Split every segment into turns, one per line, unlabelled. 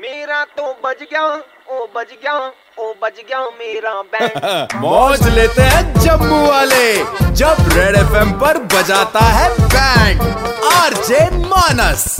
मेरा तो बज गया ओ बज गया ओ बज गया मेरा बैंड
मौज लेते हैं जम्मू वाले जब रेड एफएम पर बजाता है बैंड आरजे मानस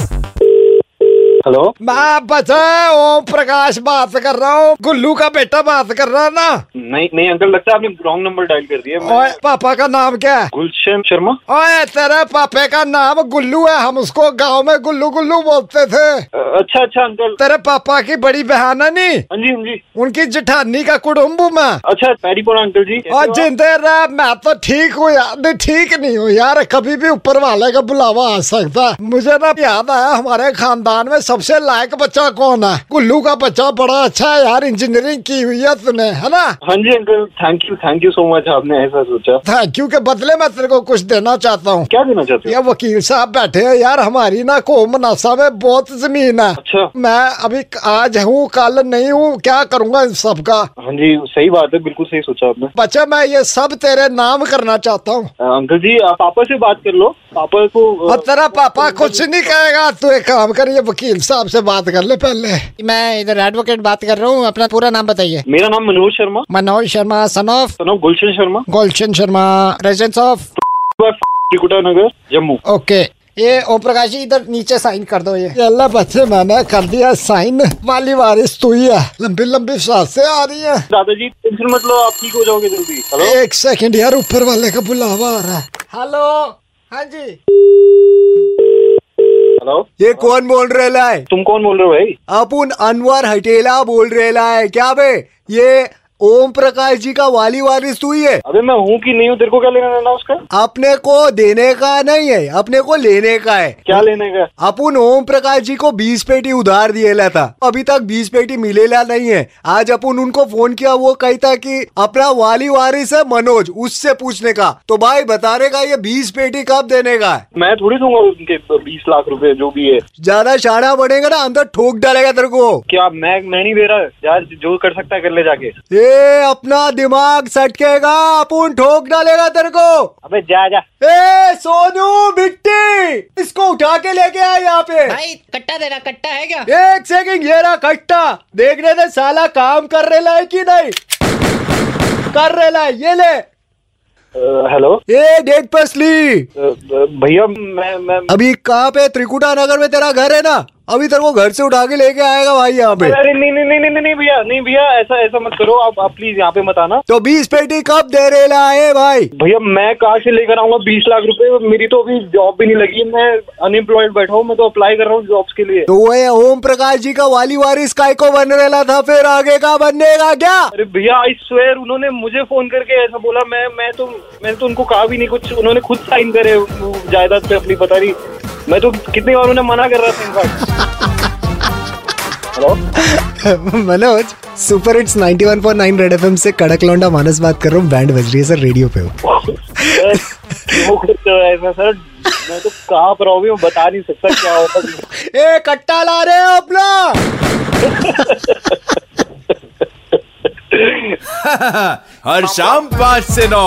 हेलो
मैं बचा ओम प्रकाश बात कर रहा हूँ गुल्लू का बेटा बात कर रहा ना
नहीं नहीं अंकल लगता है आपने रॉन्ग नंबर डायल कर दिया मैं
ओए पापा का नाम क्या है
गुलशन शर्मा
ओए तेरे पापे का नाम गुल्लू है हम उसको गांव में गुल्लू गुल्लू बोलते थे
अ, अच्छा अच्छा अंकल
तेरे पापा की बड़ी बहन है नी
हाँ जी हाँ जी
उनकी जिठानी का कुटुम्ब मैं
अच्छा पैरी पोड़ा अंकल जी कैसे
और
हो तो आप?
जिंदे रह मैं तो ठीक हूँ यार नहीं ठीक नहीं हूँ यार कभी भी ऊपर वाले का बुलावा आ सकता है मुझे ना याद आया हमारे खानदान में सबसे लायक बच्चा कौन है गुल्लू का बच्चा बड़ा अच्छा है यार इंजीनियरिंग की हुई है तूने है ना
हाँ जी uncle thank you thank you so much आपने ऐसा सोचा
थैंक यू के बदले मैं तेरे को कुछ देना चाहता हूँ
क्या देना चाहते
ये
हो
वकील साहब बैठे हैं यार हमारी ना को मनासा में बहुत जमीन है
अच्छा
मैं अभी आज हूँ कल नहीं हूँ क्या करूँगा इन सबका
हाँ जी सही बात है बिल्कुल सही सोचा आपने
बच्चा मैं ये सब तेरे नाम करना चाहता हूँ
अ, अंकल जी आप पापा से बात कर लो पापा को अ,
और तेरा पापा कुछ नहीं कहेगा तू एक काम कर ये वकील साहब से बात कर ले पहले मैं इधर एडवोकेट बात कर रहा हूँ अपना पूरा नाम बताइए
मेरा नाम Manoj Sharma
Manoj Sharma son of
son of Gulshan Sharma
Gulshan Sharma residence of
Trikuta Nagar Jammu
okay ये ओम प्रकाश जी इधर नीचे साइन कर दो ये अल्लाह बच्चे मैंने कर दिया साइन वाली वारिस तू ही है लंबी लंबी सांसें आ रही है
दादाजी टेंशन मत लो आप ठीक हो जाओगे जल्दी हेलो
एक सेकंड यार ऊपर वाले का बुलावा आ रहा है हेलो हाँ जी
हेलो
ये कौन बोल रहे है
तुम कौन बोल रहे हो भाई
अपुन अनवर हटेला बोल रहे है क्या बे ये ओम प्रकाश जी का वाली वारिस तू ही है
अबे मैं हूँ कि नहीं हूँ तेरे को क्या लेना देना उसका
अपने को देने का नहीं है अपने को लेने का है
क्या लेने का है?
अपुन ओम प्रकाश जी को बीस पेटी उधार दिएला था अभी तक बीस पेटी मिलेला नहीं है आज अपुन उनको फोन किया वो कहता कि अपना वाली वारिस है मनोज उससे पूछने का तो भाई बता रहेगा ये बीस पेटी कब देने का है
मैं थोड़ी दूंगा उनके बीस लाख रुपए जो भी है
ज्यादा शाना बढ़ेगा ना अंदर ठोक डालेगा तेरे को
क्या मैं मैं नहीं दे रहा यार जो कर सकता है कर ले जाके
ये अपना दिमाग सटकेगा अपुन ठोक डालेगा तेरे को
अबे जा जा
ए सोनू बिट्टी इसको उठा के लेके आया यहाँ पे
भाई कट्टा देना कट्टा है क्या
एक सेकंड ये रहा कट्टा देखने दे साला काम कर रहे है कि नहीं कर रहे है ये ले
हेलो
ये डेट पसली
अ, अ, भैया मैं मैं
अभी कहाँ पे त्रिकुटा नगर में तेरा घर है ना अभी तेरे को घर से उठा के लेके आएगा भाई यहाँ पे
अरे नहीं नहीं नहीं नहीं नहीं भैया नहीं भैया ऐसा ऐसा मत करो आप आप प्लीज यहाँ पे मत आना
तो बीस पेटी कब दे रेला है भाई
भैया मैं कहाँ से लेकर आऊंगा बीस लाख रुपए मेरी तो अभी जॉब भी नहीं लगी है मैं अनएम्प्लॉयड बैठा हूँ मैं तो अप्लाई कर रहा हूँ जॉब्स के लिए
तो वो ये ओम प्रकाश जी का वाली वारिस काय को बन रेला था फिर आगे का बनेगा क्या
अरे भैया आई स्वेयर उन्होंने मुझे फोन करके ऐसा बोला मैं मैं तो मैंने तो उनको कहा भी नहीं कुछ उन्होंने खुद साइन करे वो जायदाद पे अपनी पता नहीं मैं तो कितनी बार उन्हें मना कर रहा था in fact hello
Manoj super hits 91.9 red FM से कड़क लौंडा मानस बात कर रहा हूँ बैंड बज रही है सर रेडियो पे हो
सर, वो कुछ तो ऐसा सर मैं तो कहाँ पर हूँ अभी, मैं बता नहीं सकता क्या होगा
ए कट्टा ला रहे हो अपना
हर शाम पाँच से नौ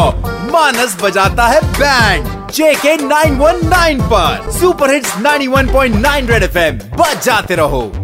मानस बजाता है बैंड जेके 919 पर सुपर हिट्स 91.9 रेड एफएम बजाते रहो